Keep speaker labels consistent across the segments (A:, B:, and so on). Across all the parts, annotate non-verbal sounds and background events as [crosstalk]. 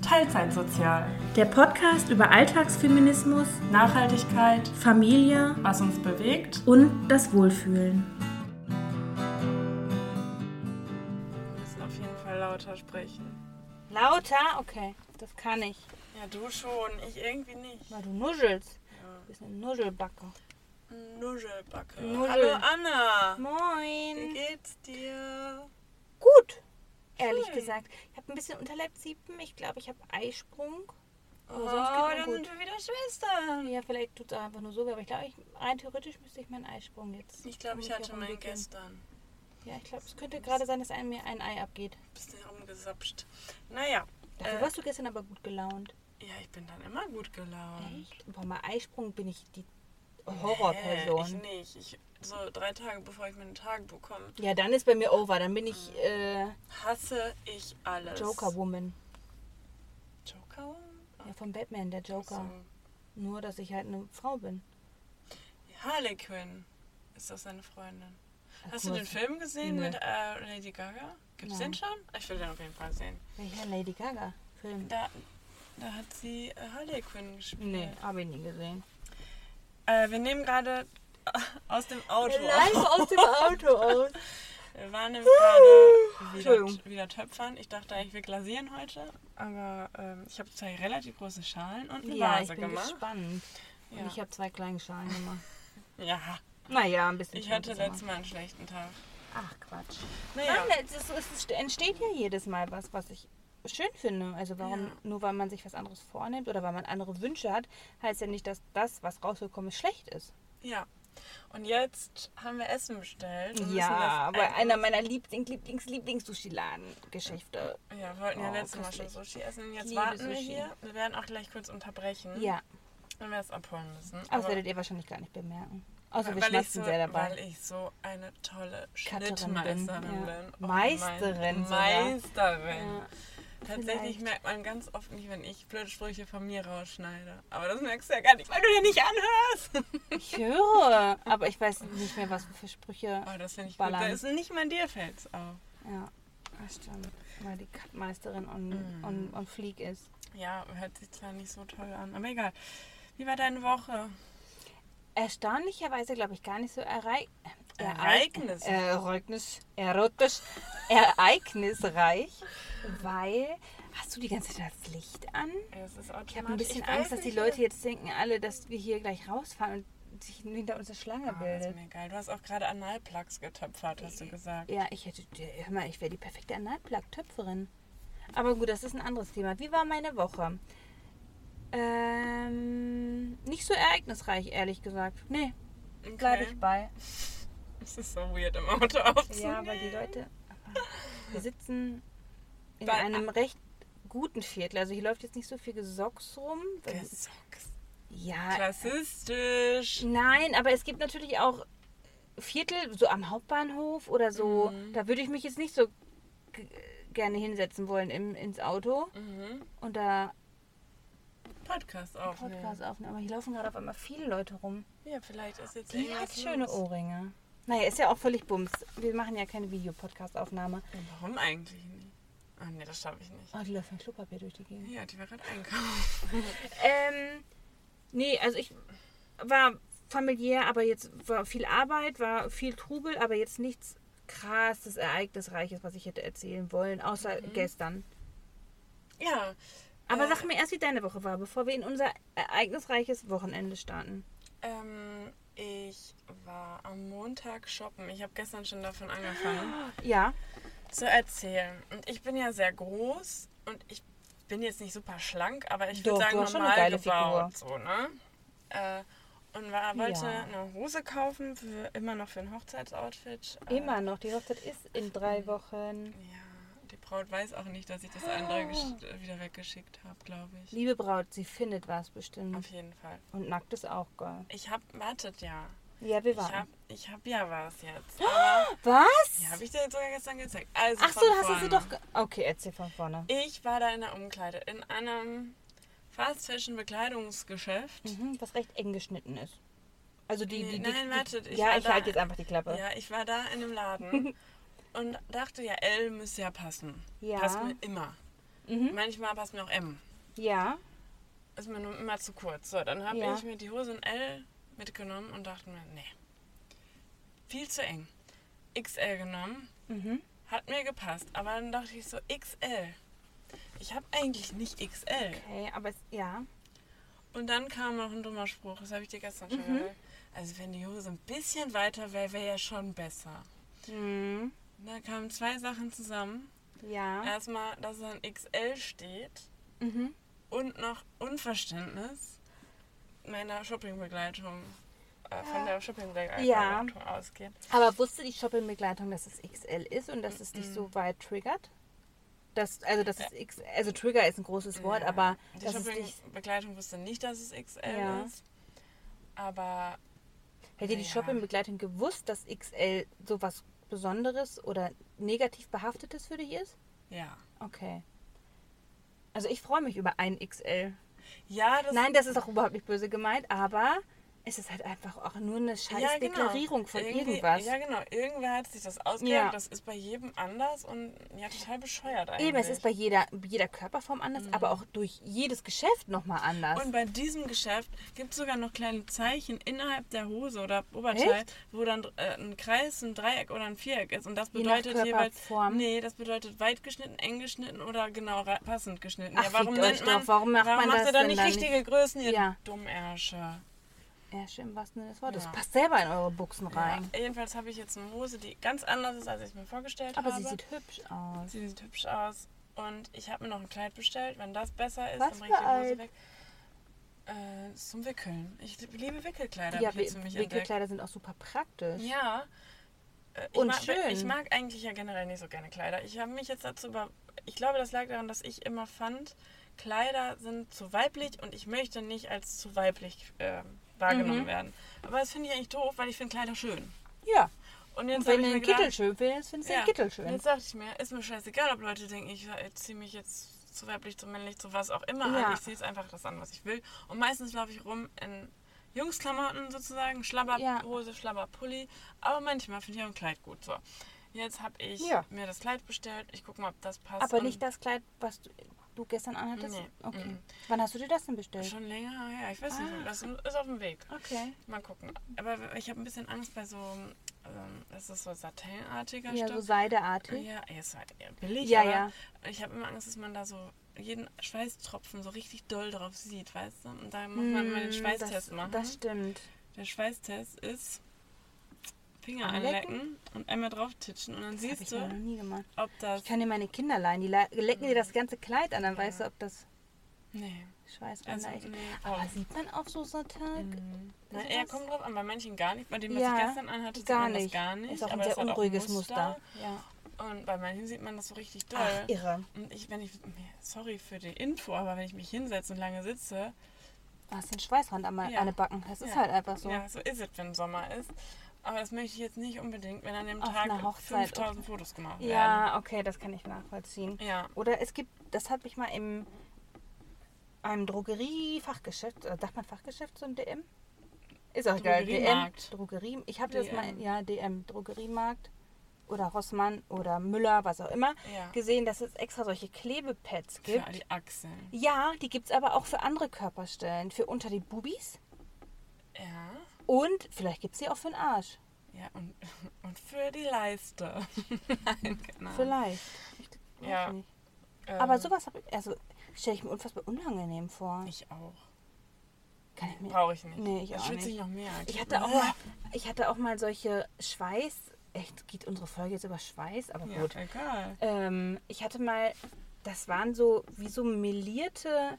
A: Teilzeitsozial.
B: Der Podcast über Alltagsfeminismus,
A: Nachhaltigkeit,
B: Familie
A: was uns bewegt.
B: und das Wohlfühlen.
A: Wir müssen auf jeden Fall lauter sprechen.
C: Lauter? Okay, das kann ich.
A: Ja, du schon, ich irgendwie nicht.
C: Weil du nuschelst. Du bist eine Nuschelbacke.
A: Nuschelbacke.
C: Nuschel.
A: Hallo Anna. Wie
C: Moin.
A: geht's dir?
C: Gut, ehrlich
A: Schön.
C: gesagt. Ich habe ein bisschen Unterleibsiepen. Ich glaube, ich habe Eisprung.
A: Oh,
C: sonst geht's mir
A: dann
C: gut.
A: sind wir wieder Schwestern.
C: Ja, vielleicht tut es einfach nur so, weh, aber ich glaube, ich, rein theoretisch müsste ich meinen Eisprung jetzt.
A: Ich glaube, ich
C: mich
A: hatte meinen
C: herumwickeln.
A: gestern.
C: Ja, ich glaube, es könnte gerade sein, dass einem mir ein Ei abgeht.
A: Bisschen rumgesapscht. Naja.
C: Dafür
A: Äh.
C: warst du gestern aber gut gelaunt.
A: Ja, ich bin dann immer gut gelaunt.
C: Echt? Boah, mal Eisprung bin ich die
A: Äh, ich
C: Horrorperson.
A: nicht. Ich, so drei Tage bevor ich mein Tagebuch komme,
C: Ja, dann ist bei mir over. Dann bin ich äh,
A: hasse ich alles.
C: Joker Woman.
A: Joker?
C: Ja, von Batman, der Joker.
A: So.
C: Nur, dass ich halt eine Frau bin.
A: Harley Quinn ist das seine Freundin.
C: Ach,
A: Hast du
C: guck mal,
A: den Film gesehen
C: Oh Nee.
A: mit äh, Lady Gaga? Gibt's
C: Nein.
A: den schon? Ich will den auf jeden Fall sehen.
C: Welcher Lady Gaga? Film?
A: Da, da hat sie äh, Harley Quinn gespielt.
C: Nee, habe ich nie gesehen.
A: Äh, wir nehmen gerade [laughs] aus dem Auto
C: Live
A: auf.
C: aus dem Auto
A: [laughs]
C: aus.
A: Wir waren nämlich gerade wieder,
C: Entschuldigung.
A: wieder töpfern. Ich dachte eigentlich, wir glasieren heute. Aber ähm, ich habe zwei relativ große Schalen und eine
C: Ja, ich
A: Vase
C: bin
A: gemacht.
C: gespannt.
A: Ja.
C: Und ich habe zwei kleine Schalen gemacht.
A: ja,
C: Naja, ein bisschen.
A: ich hatte
C: Schwänze
A: letztes Mal einen schlechten Tag.
C: gemacht. Ach, Quatsch.
A: Naja,
C: Nein, es, ist, es ist- entsteht ja jedes Mal was, was ich schön finde. Also warum,
A: Ja.
C: nur weil man sich was anderes vornimmt oder weil man andere Wünsche hat, heißt ja nicht, dass das, was rausgekommen ist, schlecht ist.
A: ja. Und jetzt haben wir Essen bestellt. und müssen
C: Ja,
A: das
C: bei
A: ein-
C: einer meiner Lieblings, Lieblings, Lieblings-Sushi-Laden-Geschäfte.
A: Ja, wir wollten ja
C: Oh,
A: letztes Mal schon
C: köstlich.
A: Sushi essen.
C: Ich
A: Jetzt
C: liebe
A: warten wir
C: Sushi.
A: hier. Wir werden auch gleich kurz unterbrechen,
C: Ja,
A: wenn wir das abholen müssen.
C: aber das werdet ihr wahrscheinlich gar nicht bemerken. Außer
A: weil,
C: wir
A: ich
C: schmatzen
A: so,
C: sehr dabei.
A: weil ich so eine tolle
C: Cutterin
A: Schnittmeisterin bin.
C: bin, ja.
A: Oh,
C: Meisterin
A: mein-
C: sogar.
A: Meisterin.
C: Ja.
A: Tatsächlich
C: vielleicht.
A: merkt man ganz oft nicht, wenn ich blöde Sprüche von mir rausschneide. Aber das merkst du ja gar nicht, weil du dir nicht
C: [laughs]
A: anhörst.
C: Ich höre, aber ich weiß nicht mehr, was für Sprüche.
A: Oh, das finde ich
C: Ballern.
A: gut. Das ist nicht mal dir fällt's auf.
C: Ja, das stimmt. Weil die Cutmeisterin
A: Mhm.
C: on, on, on Fleek ist.
A: Ja, hört sich zwar nicht so toll an, aber egal. Wie war deine Woche?
C: Erstaunlicherweise glaube ich gar nicht so errei äh,
A: Ereignis.
C: Ereignis, erotisch, [laughs] ereignisreich, weil hast du die ganze Zeit das Licht an?
A: Es ist
C: Ich habe ein bisschen
A: weiß
C: Angst, dass die
A: nicht,
C: Leute jetzt denken alle, dass wir hier gleich rausfahren und sich hinter uns eine Schlange
A: Ah, ist
C: bildet.
A: mir egal. Du hast auch gerade Analplugs getöpfert, hast du gesagt.
C: Ja, ich hätte, hör mal, ich wäre die perfekte Analplug-Töpferin. Aber gut, das ist ein anderes Thema. Wie war meine Woche? Ähm, nicht so ereignisreich, ehrlich gesagt. Nee, bleibe ich bei.
A: Es ist so weird, im Auto aufzunehmen.
C: Ja, weil die Leute. Wir sitzen in
A: Bei-
C: einem recht guten Viertel. Also hier läuft jetzt nicht so viel Gesocks rum.
A: Gesocks.
C: Ja,
A: Klassistisch.
C: Nein, aber es gibt natürlich auch Viertel, so am Hauptbahnhof oder so.
A: Mhm.
C: Da würde ich mich jetzt nicht so g- gerne hinsetzen wollen im, ins Auto
A: Mhm.
C: und da
A: Podcast aufnehmen.
C: Podcast aufnehmen. Aber hier laufen gerade auf einmal viele Leute rum.
A: Ja, vielleicht ist jetzt
C: Die hat
A: irgendwas
C: schöne
A: los.
C: Ohrringe. Naja, ist ja auch völlig bums. Wir machen ja keine Videopodcast-Aufnahme.
A: Und Warum eigentlich nicht? Ah, nee, das schaffe ich nicht.
C: Oh, die läuft mit Klopapier durch die Gegend.
A: Ja, die war gerade
C: [laughs]
A: einkaufen.
C: Ähm, nee, also ich war familiär, aber jetzt war viel Arbeit, war viel Trubel, aber jetzt nichts krasses, ereignisreiches, was ich hätte erzählen wollen, außer gestern.
A: Ja,
C: Aber
A: Äh.
C: sag mir erst, wie deine Woche war, bevor wir in unser ereignisreiches Wochenende starten.
A: ähm, ich war am Montag shoppen. Ich habe gestern schon davon angefangen.
C: Ja,
A: zu erzählen. Und ich bin ja sehr groß und ich bin jetzt nicht super schlank, aber ich würde
C: Doch, du
A: sagen,
C: hast schon eine
A: normal
C: geile
A: gebaut. So, ne? äh, und war, wollte
C: Ja.
A: eine Hose kaufen, für, immer noch für ein Hochzeitsoutfit. Äh,
C: immer noch. Die Hochzeit ist in drei Wochen.
A: Ja, die Braut weiß auch nicht, dass ich das
C: [gasps]
A: andere gesch- äh, wieder weggeschickt habe, glaube ich.
C: Liebe Braut, sie findet was bestimmt.
A: Auf jeden Fall.
C: Und nackt ist auch geil.
A: Ich hab, wartet ja.
C: Ja, wir
A: Ich hab,
C: waren.
A: ich hab ja was jetzt. [gasps] Aber,
C: Was?
A: ja, habe ich dir jetzt sogar gestern gezeigt. Also
C: Ach so,
A: von
C: hast du sie
A: vorne.
C: doch. Ge okay, erzähl von vorne.
A: Ich war da in der Umkleide, in einem Fast Fashion Bekleidungsgeschäft.
C: Mhm, was recht eng geschnitten ist. Also die,
A: Nee,
C: die, die
A: nein,
C: die-
A: wartet, ich war
C: ja, ich
A: da-
C: halte jetzt einfach die Klappe.
A: Ja, ich war da
C: [laughs]
A: in dem Laden und dachte, ja, L müsste ja passen.
C: Ja. Mhm.
A: Passt mir immer. Manchmal passt mir auch M.
C: Ja.
A: Ist mir nur immer zu kurz. So, dann habe
C: Ja.
A: ich mir die Hose in L mitgenommen und dachte mir, nee. Viel zu eng. XL genommen.
C: Mhm.
A: Hat mir gepasst. Aber dann dachte ich so, XL. Ich habe eigentlich nicht XL.
C: Okay, aber es, ja.
A: Und dann kam noch ein dummer Spruch, das habe ich dir gestern schon
C: Mhm.
A: gehört. Also wenn die Hose ein bisschen weiter wäre, wäre ja schon besser.
C: Mhm.
A: Und da kamen zwei Sachen zusammen.
C: Ja.
A: Erstmal, dass es an XL steht
C: Mhm.
A: und noch Unverständnis meiner Shoppingbegleitung, äh, von der Shoppingbegleitung
C: Ja.
A: ausgeht.
C: Aber wusste die Shopping-Begleitung, dass es XL ist und dass es dich so weit triggert? Das, also, das ist X, also Trigger ist ein großes Wort,
A: Äh. Ja.
C: aber
A: Die
C: dass es dich,
A: Shoppingbegleitung wusste nicht, dass es XL
C: Ja.
A: ist. Aber
C: hätte die
A: Ja.
C: Shopping-Begleitung gewusst, dass XL sowas Besonderes oder negativ behaftetes für dich ist?
A: ja.
C: Okay. Also ich freue mich über ein XL.
A: Ja, das
C: Nein, das ist auch überhaupt nicht böse gemeint, aber es ist halt einfach auch nur eine scheiß Deklarierung von
A: genau. Irgendwie-
C: irgendwas.
A: Ja, genau. Irgendwer hat sich das ausgedacht.
C: Ja.
A: Das ist bei jedem anders und ja, total bescheuert eigentlich. Mhm.
C: Eben, es ist bei jeder, jeder Körperform anders, aber auch durch jedes Geschäft nochmal anders.
A: und bei diesem Geschäft gibt es sogar noch kleine Zeichen innerhalb der Hose oder Oberteil,
C: Echt?
A: wo dann äh, ein Kreis, ein Dreieck oder ein Viereck ist. Und das
C: Je nach
A: bedeutet jeweils.
C: Körperform.
A: Nee, das bedeutet weit geschnitten, eng geschnitten oder genau ra- passend geschnitten.
C: Ach,
A: ja, warum
C: fickt euch
A: nennt man,
C: doch. Warum macht man
A: macht
C: das
A: ihr dann
C: denn
A: nicht
C: dann
A: richtige Größen, ihr
C: Ja.
A: Dummärsche?
C: ja, schön, im wahrsten Sinne des Wortes.
A: Ja.
C: Passt selber in eure Buchsen rein.
A: Ja. Jedenfalls habe ich jetzt eine Hose, die ganz anders ist, als ich mir vorgestellt
C: Aber
A: habe.
C: sie sieht hübsch aus.
A: Sie sieht hübsch aus. Und ich habe mir noch ein Kleid bestellt. Wenn das besser ist,
C: Was
A: dann bringe ich
C: für
A: die Hose
C: ein?
A: weg. Äh, ist zum Wickeln. Ich liebe Wickelkleider,
C: Ja,
A: habe ich jetzt für mich
C: Wi-
A: entdeckt.
C: Wickelkleider sind auch super praktisch.
A: Ja. Äh, ich
C: Und
A: mag,
C: schön.
A: Ich mag eigentlich ja generell nicht so gerne Kleider. Ich habe mich jetzt dazu über. Ich glaube, das lag daran, dass ich immer fand, Kleider sind zu weiblich und ich möchte nicht als zu weiblich äh,
C: Mhm.
A: wahrgenommen werden. Aber das finde ich eigentlich doof, weil ich finde Kleider schön.
C: Ja.
A: Und jetzt habe
C: Und wenn
A: ich
C: du
A: mir
C: den
A: gedacht,
C: Kittel schön findest, findest du den Kittel schön.
A: Jetzt dachte ich mir, ist mir scheißegal, ob Leute denken, ich ziehe mich jetzt zu weiblich, zu männlich, zu was auch immer an.
C: Ja.
A: Ich ziehe jetzt einfach das an, was ich will. Und meistens laufe ich rum in Jungsklamotten sozusagen,
C: Ja.
A: Schlabberhose, Schlabberpulli. Aber manchmal finde ich auch ein Kleid gut. So. Jetzt habe ich
C: Ja.
A: mir das Kleid bestellt. Ich gucke mal, ob das passt.
C: Aber
A: Und
C: nicht das Kleid, was du, du gestern anhattest?
A: Nee.
C: Okay.
A: Mhm.
C: Wann hast du dir das denn bestellt?
A: Schon länger her. Ich weiß nicht, das ist auf dem Weg.
C: Ah. Okay.
A: Mal gucken. Aber ich habe ein bisschen Angst bei so, ähm, das ist so satinartiger
C: Ja,
A: Stoff.
C: so seideartig.
A: Ja, ey, ist halt eher billig.
C: Ja,
A: aber
C: ja.
A: Ich habe immer Angst, dass man da so jeden Schweißtropfen so richtig doll drauf sieht, weißt du? Und da muss man mal den
C: Mm,
A: Schweißtest
C: das,
A: machen.
C: Das stimmt.
A: Der Schweißtest ist Finger
C: Anlecken?
A: anlecken, und einmal drauf titschen und dann
C: Das habe ich
A: siehst
C: noch
A: du,
C: nie gemacht.
A: ob das.
C: Ich kann dir meine Kinder leihen, die le- lecken dir das ganze Kleid an, dann
A: Ja.
C: weißt du, ob das
A: Nee. Also,
C: Schweißbänder ist.
A: nee,
C: Aber
A: voll. Mhm.
C: sieht man auf so Satin?
A: Na,
C: sowas?
A: er kommt drauf an, bei manchen gar nicht. Bei dem, was
C: Hm. Ja,
A: ich gestern anhatte, sieht
C: Gar
A: man
C: nicht.
A: das gar nicht.
C: Ist auch ein
A: aber
C: sehr
A: das hat auch
C: unruhiges
A: ein
C: Muster. Ja.
A: Und bei manchen sieht man das so richtig doll.
C: Ach, irre.
A: und ich, wenn ich, sorry für die Info, aber wenn ich mich hinsetze und lange sitze,
C: Hast den Schweißrand an, me-
A: Ja.
C: an den Backen. Das ist
A: Ja.
C: halt einfach so.
A: Ja, so ist es, wenn Sommer ist. Aber das möchte ich jetzt nicht unbedingt, wenn an dem
C: Auf
A: Tag
C: einer Hochzeit
A: 5000 Fotos gemacht werden.
C: Ja, okay, das kann ich nachvollziehen.
A: Ja.
C: Oder es gibt, das habe ich mal im einem Drogeriefachgeschäft, äh, sagt man Fachgeschäft so ein DM? Ist auch egal, DM,
A: Drogeriemarkt.
C: Drogerie, ich habe das
A: DM.
C: mal, in- ja, DM, Drogeriemarkt oder Rossmann oder Müller, was auch immer,
A: Ja.
C: gesehen, dass es extra solche Klebepads
A: Für
C: gibt.
A: die Achseln.
C: Ja, die gibt es aber auch für andere Körperstellen, für unter die Bubis
A: Ja.
C: und vielleicht gibt es sie auch für den Arsch.
A: Ja, und, [laughs] und für die Leiste. [laughs] Nein, genau.
C: Vielleicht. Ich weiß
A: Ja.
C: Hm. nicht.
A: Ähm,
C: Aber sowas habe ich, also stelle ich mir unfassbar unangenehm vor.
A: Ich auch.
C: kann ich mir
A: Brauche ich nicht.
C: Nee, ich
A: das
C: auch
A: schütze ich
C: nicht.
A: noch mehr.
C: Ich hatte auch mal, ich hatte auch mal solche Schweiß. Echt, geht unsere Folge jetzt über Schweiß, aber
A: Ja,
C: gut.
A: egal.
C: Ähm, ich hatte mal, das waren so wie so melierte,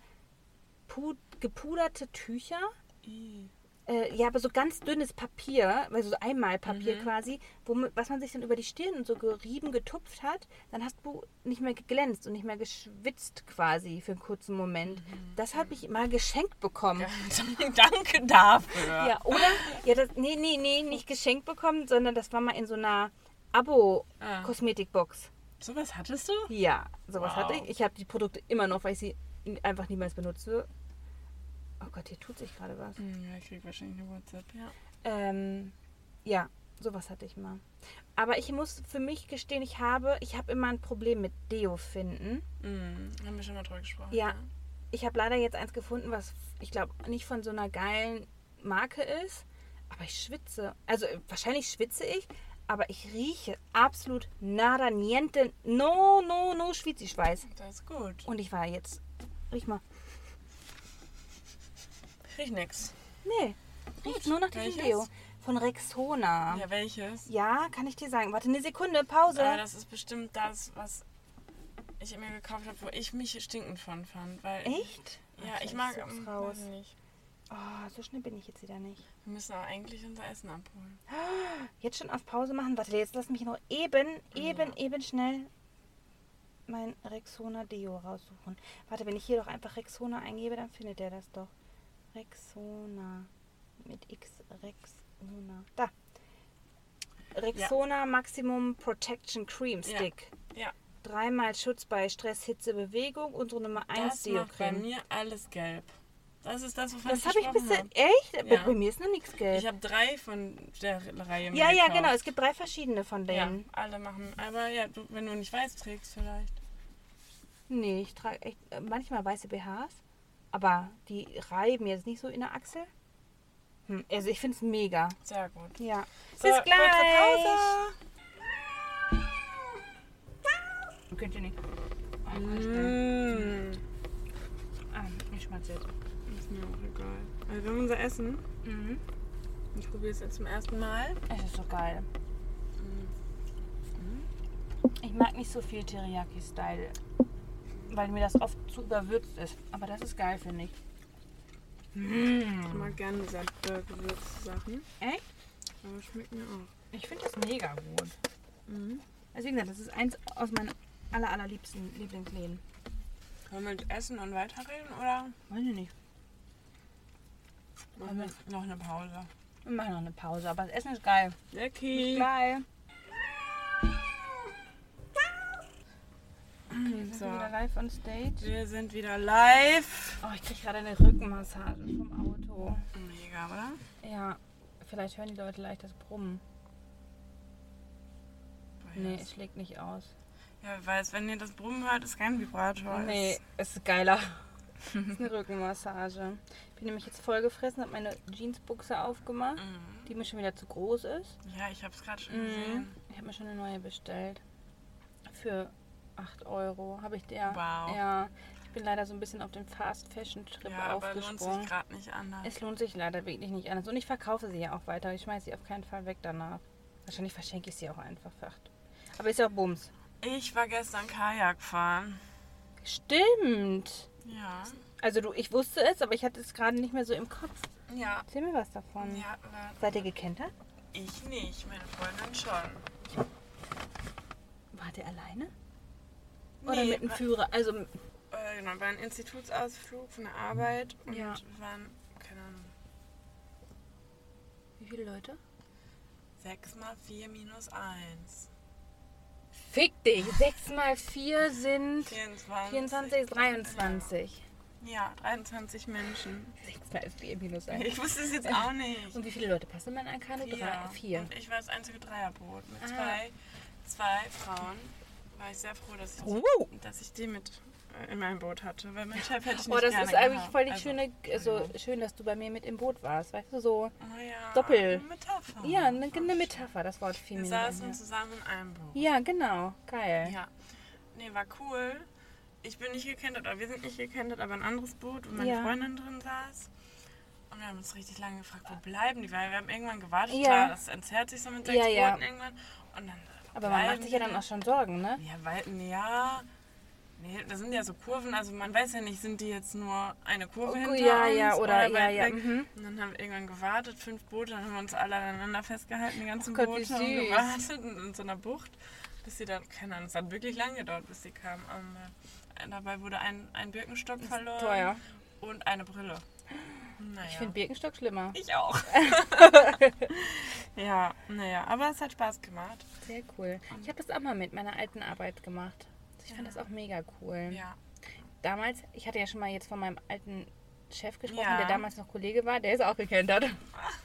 C: pu- gepuderte Tücher.
A: I. [laughs]
C: Äh, ja, aber so ganz dünnes Papier, also so Einmalpapier quasi, womit, was man sich dann über die Stirn und so gerieben, getupft hat, dann hast du nicht mehr geglänzt und nicht mehr geschwitzt quasi für einen kurzen Moment. Das habe ich mal geschenkt bekommen.
A: Danke dafür.
C: Ja, oder? Ja, das, nee, nee, nee, nicht geschenkt bekommen, sondern das war mal in so einer
A: Ah.
C: Abo-Kosmetikbox.
A: Sowas hattest du?
C: Ja, sowas
A: Wow.
C: hatte ich. Ich habe die Produkte immer noch, weil ich sie n- einfach niemals benutze. Oh Gott, hier tut sich gerade was.
A: Hm, Ja, ich krieg wahrscheinlich eine WhatsApp, ja.
C: Ähm, ja, sowas hatte ich mal. Aber ich muss für mich gestehen, ich habe, ich habe immer ein Problem mit Deo finden.
A: Mhm. Haben wir schon mal drüber gesprochen. ne?
C: Ja. Ich habe leider jetzt eins gefunden, was ich glaube nicht von so einer geilen Marke ist. Aber ich schwitze. Also äh, wahrscheinlich schwitze ich, aber ich rieche absolut nada niente. No, no, no, Schweiz.
A: Das ist gut.
C: Und ich war jetzt. Riech mal.
A: Riech nix.
C: Nee. Riecht nur nach diesem
A: Welches?
C: Deo. Von Rexona.
A: Ja, welches?
C: Ja, kann ich dir sagen. Warte eine Sekunde, Pause.
A: Aber das ist bestimmt das, was ich mir gekauft habe, wo ich mich stinkend von fand. Weil,
C: Echt?
A: Ja,
C: Alter,
A: ich mag
C: such's
A: ähm,
C: raus.
A: weiß ich nicht.
C: Oh, so schnell bin ich jetzt wieder nicht.
A: Wir müssen aber eigentlich unser Essen abholen.
C: Jetzt schon auf Pause machen. Warte, jetzt lass mich noch eben, eben, eben schnell mein Rexona Deo raussuchen. Warte, wenn ich hier doch einfach Rexona eingebe, dann findet er das doch. Rexona. Mit X Rexona. Da. Rexona Maximum Protection Cream
A: Ja.
C: Stick.
A: Ja.
C: Dreimal Schutz bei Stress, Hitze, Bewegung. Unsere Nummer 1
A: Das
C: Deo
A: macht bei
C: Creme.
A: mir alles gelb. Das ist das, wovon
C: Das
A: ich
C: habe ich
A: gesprochen
C: bisher.
A: habe.
C: Echt? Aber
A: Ja.
C: Bei mir ist noch nichts gelb.
A: Ich habe drei von der Reihe mir
C: ja, ja,
A: gekauft.
C: genau. Es gibt drei verschiedene von
A: Ja,
C: denen.
A: alle machen. Aber ja, du, wenn du nicht weiß trägst vielleicht.
C: Nee, ich trage echt äh, manchmal weiße BHs, aber die reiben jetzt nicht so in der Achsel. Hm, also ich finde es mega.
A: Sehr gut.
C: Ja.
A: So,
C: Bis
A: Äh, kurze
C: gleich.
A: Pause.
C: Könnt ihr nicht. Oh,
A: Mmh.
C: ah, ich schmatze jetzt.
A: Ist mir auch egal. Also wir haben unser Essen.
C: Mhm.
A: Ich probiere es jetzt zum ersten Mal.
C: Es ist so geil. Ich mag nicht so viel Teriyaki-Style, weil mir das oft zu überwürzt ist. Aber das ist geil, finde ich.
A: Ich mag gerne diese äh, Gewürzsachen.
C: Echt?
A: Aber schmeckt mir auch.
C: Ich finde das mega gut. Also wie gesagt, das ist eins aus meinen aller, allerliebsten Lieblingsläden.
A: Wollen wir mit Essen und weiterreden oder
C: Weiß ich nicht.
A: machen wir noch eine Pause?
C: Wir machen noch eine Pause, aber das Essen ist geil. Mhm.
A: Jackie!
C: Geil. Wir
A: So.
C: sind wieder live on stage.
A: Wir sind wieder live.
C: Oh, ich kriege gerade eine Rückenmassage vom Auto.
A: Mega, oder?
C: Ja, vielleicht hören die Leute leicht das Brummen. Nee, es schlägt nicht aus.
A: Ja, weil wenn ihr das Brummen hört, ist kein Vibrator.
C: Nee, es ist geiler. Es ist eine Rückenmassage. Ich bin nämlich jetzt vollgefressen, habe meine Jeansbuchse aufgemacht,
A: Mhm.
C: die mir schon wieder zu groß ist.
A: Ja, ich hab's gerade schon
C: Mhm.
A: gesehen.
C: Ich habe mir schon eine neue bestellt. Für 8 Euro habe ich der.
A: Wow.
C: Ja, ich bin leider so ein bisschen auf den Fast Fashion Trip
A: Ja, aber lohnt sich
C: aufgesprungen.
A: gerade nicht anders.
C: es lohnt sich leider wirklich nicht anders. Und ich verkaufe sie ja auch weiter. Ich schmeiße sie auf keinen Fall weg danach. Wahrscheinlich verschenke ich sie auch einfach für 8. Aber ist ja auch Bums.
A: Ich war gestern Kajak fahren.
C: Stimmt.
A: Ja.
C: Also du, ich wusste es, aber ich hatte es gerade nicht mehr so im Kopf.
A: Ja.
C: Erzähl mir was davon.
A: Ja, aber
C: Seid ihr gekentert?
A: ich nicht, meine Freundin schon.
C: Wart ihr alleine? Oder
A: Nee,
C: mit dem
A: wa-
C: Führer? Also
A: äh, genau, war ein Institutsausflug von der Arbeit und
C: Ja.
A: waren, keine Ahnung,
C: wie viele Leute?
A: 6 mal 4 minus 1.
C: Fick dich! 6 mal 4 sind
A: 24.
C: 24, 23.
A: Ja, 23 Menschen.
C: 6 mal 4 minus 1.
A: Ich wusste es jetzt auch nicht.
C: Und wie viele Leute passen in meine Kanu? Drei,
A: Ja.
C: vier.
A: Und ich war das einzige Dreierboot. Mit
C: Ah.
A: zwei, zwei Frauen war ich sehr froh, dass ich,
C: Oh.
A: dass ich die mit äh, in meinem Boot hatte. Weil mein Chef hätte ich nicht
C: Oh, das
A: gerne
C: ist eigentlich
A: gehabt.
C: voll die
A: Also,
C: schöne, also schön, dass du bei mir mit im Boot warst, weißt du, so,
A: oh ja,
C: Doppel.
A: eine Metapher.
C: ja, eine, eine Metapher, das Wort
A: Wir
C: feminin.
A: saßen zusammen in einem Boot.
C: Ja, genau, geil.
A: Ja. Nee, war cool. Ich bin nicht gekentert, oder wir sind nicht gekentert, aber ein anderes Boot, wo meine
C: Ja.
A: Freundin drin saß. Und wir haben uns richtig lange gefragt, wo bleiben die? Weil wir haben irgendwann gewartet,
C: Ja.
A: klar, das entzerrt sich so mit sechs
C: Ja, ja.
A: Booten irgendwann. Und dann
C: Aber man macht
A: bleiben
C: sich ja
A: die
C: dann
A: da?
C: auch schon Sorgen, ne?
A: Ja, weil, nee, ja. Nee, da sind ja so Kurven, also man weiß ja nicht, sind die jetzt nur eine Kurve
C: Oh,
A: hinter
C: ja,
A: uns
C: ja, oder- ja,
A: weit
C: ja,
A: weg?
C: mhm.
A: Und dann haben wir irgendwann gewartet, fünf Boote, dann haben wir uns alle aneinander festgehalten, die ganzen
C: Oh Gott, wie
A: Boote haben
C: süß.
A: gewartet in, in so einer Bucht, bis sie dann, keine Ahnung, es hat wirklich lange gedauert, bis sie kamen. Ähm, äh, dabei wurde ein, ein Birkenstock verloren
C: Teuer.
A: und eine Brille. Naja.
C: Ich finde Birkenstock schlimmer.
A: ich
C: [laughs]
A: auch. ja, naja, aber es hat Spaß gemacht.
C: Sehr cool. Ich habe das auch mal mit meiner alten Arbeit gemacht. Ich fand das auch mega cool.
A: Ja,
C: Damals, ich hatte ja schon mal jetzt von meinem alten Chef gesprochen,
A: Ja.
C: der damals noch Kollege war. Der ist auch gekentert.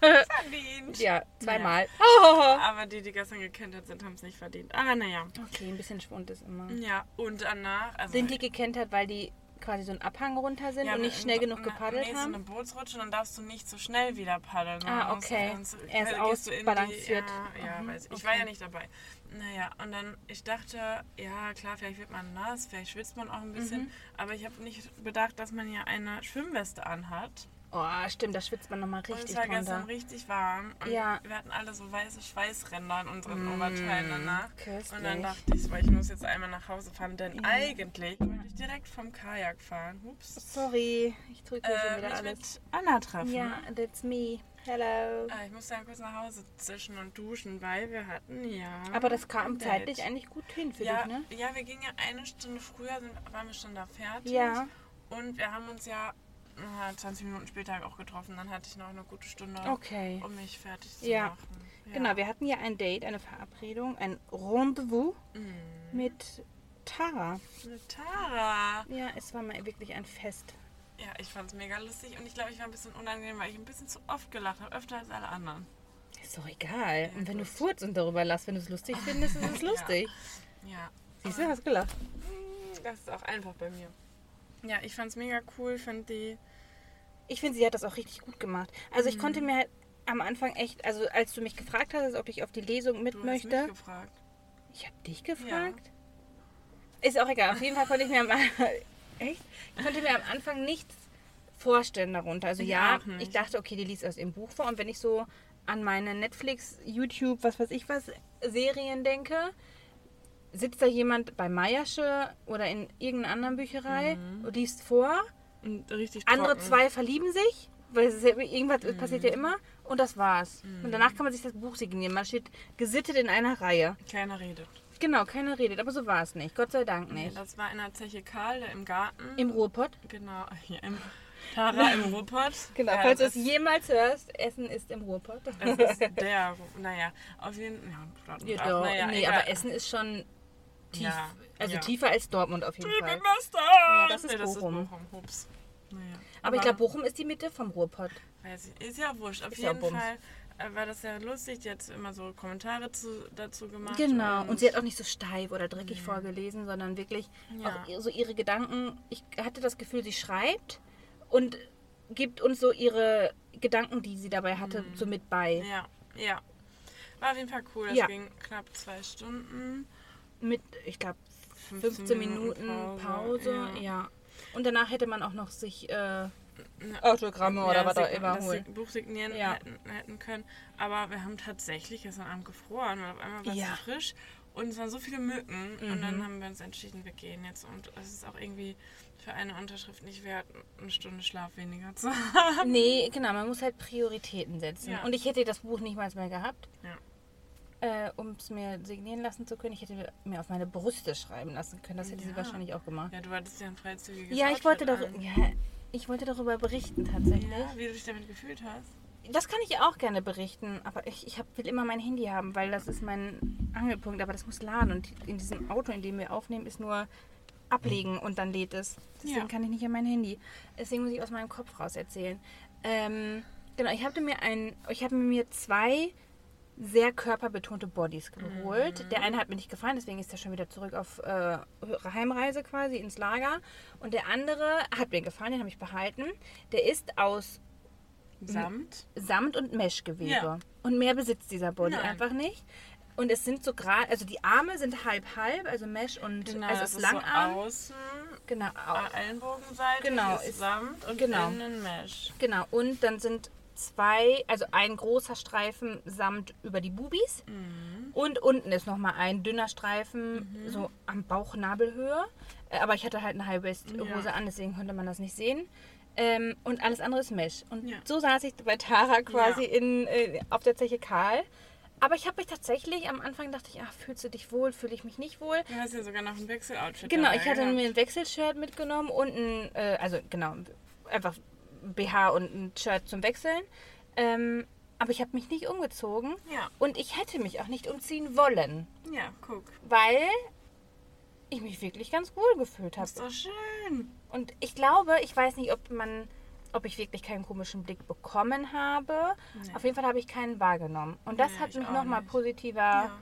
A: Verdient.
C: [laughs] Ja, zweimal.
A: [laughs]
C: Oh.
A: Aber die, die gestern gekentert sind, haben es nicht verdient. Aber naja.
C: Okay, ein bisschen Schwund ist immer.
A: Ja, und danach. Also
C: Sind die gekentert, weil die quasi so einen Abhang runter sind
A: ja,
C: und nicht schnell
A: na-
C: genug
A: na-
C: gepaddelt
A: nee,
C: haben?
A: so eine Bootsrutsche und dann darfst du nicht so schnell wieder paddeln.
C: Ah,
A: sondern musst-
C: okay.
A: sonst
C: Er ist
A: äh, gehst du in die-
C: ausbalanciert.
A: Ja, ja
C: Mhm,
A: weiß ich. Ich
C: okay.
A: war ja nicht dabei. Naja, und dann, ich dachte, ja klar, vielleicht wird man nass, vielleicht schwitzt man auch ein bisschen.
C: Mhm.
A: Aber ich habe nicht bedacht, dass man ja eine Schwimmweste anhat.
C: Oh, stimmt, da schwitzt man nochmal
A: und es
C: richtig
A: war gestern
C: drunter.
A: richtig warm. Und
C: Ja. Mm,
A: wir hatten alle so weiße Schweißränder in unseren Oberteilen danach.
C: köstlich.
A: Und dann dachte ich, so, ich muss jetzt einmal nach Hause fahren, denn eigentlich wollte ich direkt vom Kajak fahren. Hups.
C: Sorry, ich drücke hier schon
A: Äh,
C: wieder
A: mich
C: alles.
A: mit Anna treffen.
C: Ja, that's me. Hello.
A: Äh, ich musste dann kurz nach Hause zischen und duschen, weil wir hatten ja.
C: Aber das kam
A: ein Date.
C: zeitlich eigentlich gut hin für
A: ja,
C: dich, ne?
A: Ja, wir gingen ja eine Stunde früher, sind, waren wir schon da fertig.
C: Ja.
A: Und wir haben uns ja äh, 20 Minuten später auch getroffen. Dann hatte ich noch eine gute Stunde,
C: Okay.
A: um mich fertig zu
C: Ja.
A: machen. Ja.
C: Genau, wir hatten ja ein Date, eine Verabredung, ein Rendezvous mit Tara.
A: Mit Tara.
C: Ja, es war mal wirklich ein Fest.
A: Ja, ich fand's mega lustig und ich glaube, ich war ein bisschen unangenehm, weil ich ein bisschen zu oft gelacht habe, öfter als alle anderen.
C: Ist doch egal. Und wenn du furzt und darüber lachst, wenn du es [laughs] lustig findest, ist es lustig.
A: Ja,
C: Siehst du, hast gelacht.
A: das ist auch einfach bei mir. Ja, ich fand's mega cool, fand die.
C: Ich finde, sie hat das auch richtig gut gemacht. Also ich konnte mir halt am Anfang echt, also als du mich gefragt hast, ob ich auf die Lesung mit
A: Du
C: möchte,
A: hast mich gefragt.
C: ich habe dich gefragt. Ist auch egal. Auf jeden Fall konnte ich mir am, [laughs] echt? Ich konnte mir am Anfang nichts vorstellen darunter. Also
A: Ich
C: ja,
A: auch nicht.
C: ich dachte, okay, die liest aus ihrem Buch vor. Und wenn ich so an meine Netflix, YouTube, was weiß ich was, Serien denke, sitzt da jemand bei Meiersche oder in irgendeiner anderen Bücherei und liest vor.
A: Und richtig
C: Andere
A: Mhm. trocken. Mhm.
C: zwei verlieben sich, weil es ist ja, irgendwas passiert ja immer. Und das war's. Und danach kann man sich das Buch signieren. Man steht gesittet in einer Reihe.
A: Keiner redet.
C: Genau, keiner redet, aber so war es nicht. Gott sei Dank
A: Ja,
C: nicht.
A: das war in der Zeche Karl, der im Garten.
C: Im Ruhrpott.
A: genau. [laughs] Hier im, Tara im
C: [laughs]
A: Ruhrpott. Ja,
C: Genau, falls du es
A: das ist,
C: jemals hörst, Essen ist im Ruhrpott. [laughs]
A: das ist der. Ru- Naja, auf jeden Fall.
C: Ja, doch. nee,
A: egal.
C: aber Essen ist schon tief.
A: Ja,
C: Also
A: ja.
C: tiefer als Dortmund auf jeden
A: Liebe
C: Fall.
A: Mustard!
C: das ist
A: nee, das
C: Bochum.
A: ist Bochum. Hups. Naja.
C: Aber ich glaube, Bochum ist die Mitte vom Ruhrpott.
A: Weiß ich, ist ja wurscht. Auf
C: Ist ja
A: jeden
C: Bums.
A: Fall äh, war das ja lustig. Die hat immer so Kommentare zu, dazu gemacht.
C: Genau. Und sie hat auch nicht so steif oder dreckig vorgelesen, sondern wirklich
A: Ja.
C: auch ihr- so ihre Gedanken. Ich hatte das Gefühl, sie schreibt und gibt uns so ihre Gedanken, die sie dabei hatte, so mit bei.
A: Mhm. Ja, ja. War auf jeden Fall cool. Das
C: Ja.
A: ging knapp zwei Stunden.
C: mit, ich glaube, 15,
A: 15
C: Minuten
A: Minuten
C: Pause,
A: Pause,
C: ja.
A: ja.
C: Und danach hätte man auch noch sich äh, Autogramme oder was auch
A: sign-
C: immer
A: das
C: holen.
A: sig- Buch signieren
C: Ja.
A: hätten, hätten können. Aber wir haben tatsächlich gestern Abend gefroren, weil auf einmal war es
C: Ja. Mhm.
A: so frisch. Und es waren so viele Mücken. Und dann haben wir uns entschieden, wir gehen jetzt. Und es ist auch irgendwie für eine Unterschrift nicht wert, eine Stunde Schlaf weniger zu [laughs] haben.
C: [laughs] Nee, genau, man muss halt Prioritäten setzen.
A: Ja.
C: Und ich hätte das Buch niemals mehr gehabt,
A: Ja.
C: äh, um es mir signieren lassen zu können. Ich hätte mir auf meine Brüste schreiben lassen können. Das hätte sie
A: Ja.
C: wahrscheinlich auch gemacht.
A: Ja, du hattest ja ein freizügiges
C: Ja, ich wollte,
A: Outfit
C: darüber,
A: an.
C: ja ich wollte darüber berichten tatsächlich.
A: Ja, Ne? wie du dich damit gefühlt hast.
C: Das kann ich auch gerne berichten, aber ich, ich hab, will immer mein Handy haben, weil das ist mein Angelpunkt, aber das muss laden und in diesem Auto, in dem wir aufnehmen, ist nur ablegen und dann lädt es. Deswegen
A: Ja.
C: kann ich nicht an mein Handy. Deswegen muss ich aus meinem Kopf raus erzählen. Ähm, genau, ich habe mir ein, ich habe mir zwei sehr körperbetonte Bodies geholt. Der eine hat mir nicht gefallen, deswegen ist er schon wieder zurück auf äh, Heimreise quasi ins Lager. Und der andere hat mir gefallen, den habe ich behalten. Der ist aus
A: Samt.
C: Samt und Meshgewebe.
A: Ja.
C: Und mehr besitzt dieser Body
A: Nein.
C: einfach nicht. Und es sind so gerade, also die Arme sind halb halb, also Mesh und also
A: Genau, das
C: es ist Langarm.
A: So außen,
C: genau,
A: äh,
C: au-
A: Ellenbogenseite,
C: Genau,
A: ist
C: ist-
A: Samt und
C: genau.
A: innen Mesh.
C: genau. Und dann sind zwei, also ein großer Streifen Samt über die Bubis.
A: Mhm.
C: Und unten ist nochmal ein dünner Streifen, so am Bauchnabelhöhe. Äh, Aber ich hatte halt eine High-Waist-Hose
A: Ja.
C: an, deswegen konnte man das nicht sehen. Ähm, und alles andere ist Mesh. Und
A: Ja.
C: so saß ich bei Tara quasi
A: Ja.
C: in, äh, auf der Zeche Karl. Aber ich habe mich tatsächlich am Anfang dachte ich, ach, fühlst du dich wohl, fühle ich mich nicht wohl.
A: Du hast ja sogar noch ein Wechseloutfit.
C: Genau,
A: dabei
C: ich hatte
A: gehabt.
C: mir ein Wechselshirt mitgenommen und ein, äh, also genau, einfach BH und ein Shirt zum Wechseln. Ähm, aber ich habe mich nicht umgezogen
A: Ja.
C: und ich hätte mich auch nicht umziehen wollen,
A: Ja, guck.
C: weil ich mich wirklich ganz wohl gefühlt habe.
A: Ist doch schön.
C: Und ich glaube, ich weiß nicht, ob man, ob ich wirklich keinen komischen Blick bekommen habe. Auf jeden Fall habe ich keinen wahrgenommen. Und das
A: Nee,
C: hat
A: ich
C: mich
A: auch
C: nochmal
A: nicht.
C: positiver
A: Ja.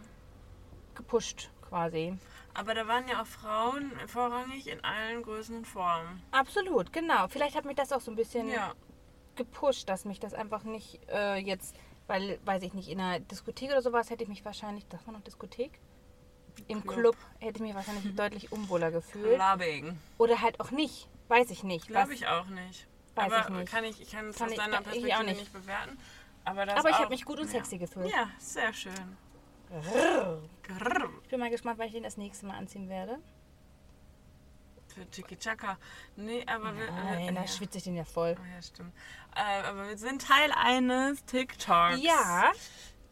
C: gepusht quasi.
A: Aber da waren ja auch Frauen vorrangig in allen Größen und Formen.
C: Absolut, genau. Vielleicht hat mich das auch so ein bisschen
A: Ja.
C: gepusht, dass mich das einfach nicht äh, jetzt, weil, weiß ich nicht, in einer Diskothek oder sowas hätte ich mich wahrscheinlich, darf man noch Diskothek? Im Club,
A: Club. Mhm.
C: hätte ich mich wahrscheinlich deutlich unwohler gefühlt.
A: Labing.
C: Oder halt auch nicht. Weiß ich nicht.
A: Glaube
C: was-
A: ich auch nicht.
C: Weiß
A: aber
C: ich nicht.
A: kann ich, ich kann es
C: Kann
A: aus
C: ich-
A: deiner
C: ich auch
A: Perspektive
C: nicht.
A: nicht. bewerten. Aber, das
C: Aber ich
A: auch-
C: habe mich gut und sexy
A: Ja.
C: gefühlt.
A: ja, sehr schön. Grrr.
C: Ich bin mal gespannt, wann ich den das nächste Mal anziehen werde.
A: Für Tiki Chaka. Nee, aber wir.
C: Nein, da
A: ja.
C: schwitze ich den ja voll.
A: Oh ja, stimmt. Äh, aber wir sind Teil eines TikToks.
C: Ja,